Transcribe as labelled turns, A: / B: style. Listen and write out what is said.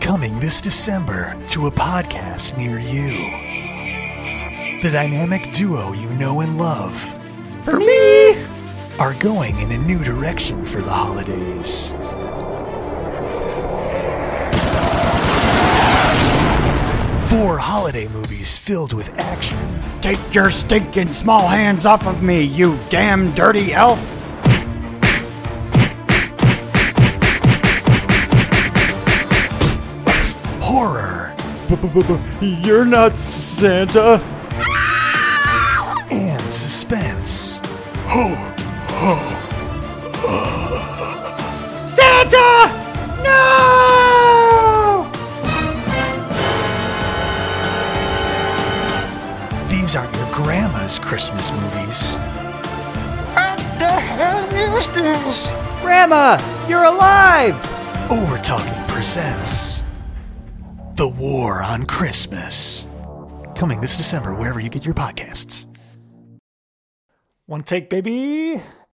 A: Coming this December to a podcast near you. The dynamic duo you know and love. For me! Are going in a new direction for the holidays. Four holiday movies filled with action,
B: Take your stinking small hands off of me, you damn dirty elf!
A: horror,
B: You're not Santa!
A: and suspense.
B: Santa! No!
A: These aren't your grandma's Christmas movies.
B: Grandma, you're alive!
A: Over Talking presents The War on Christmas. Coming this December, wherever you get your podcasts. One take, baby.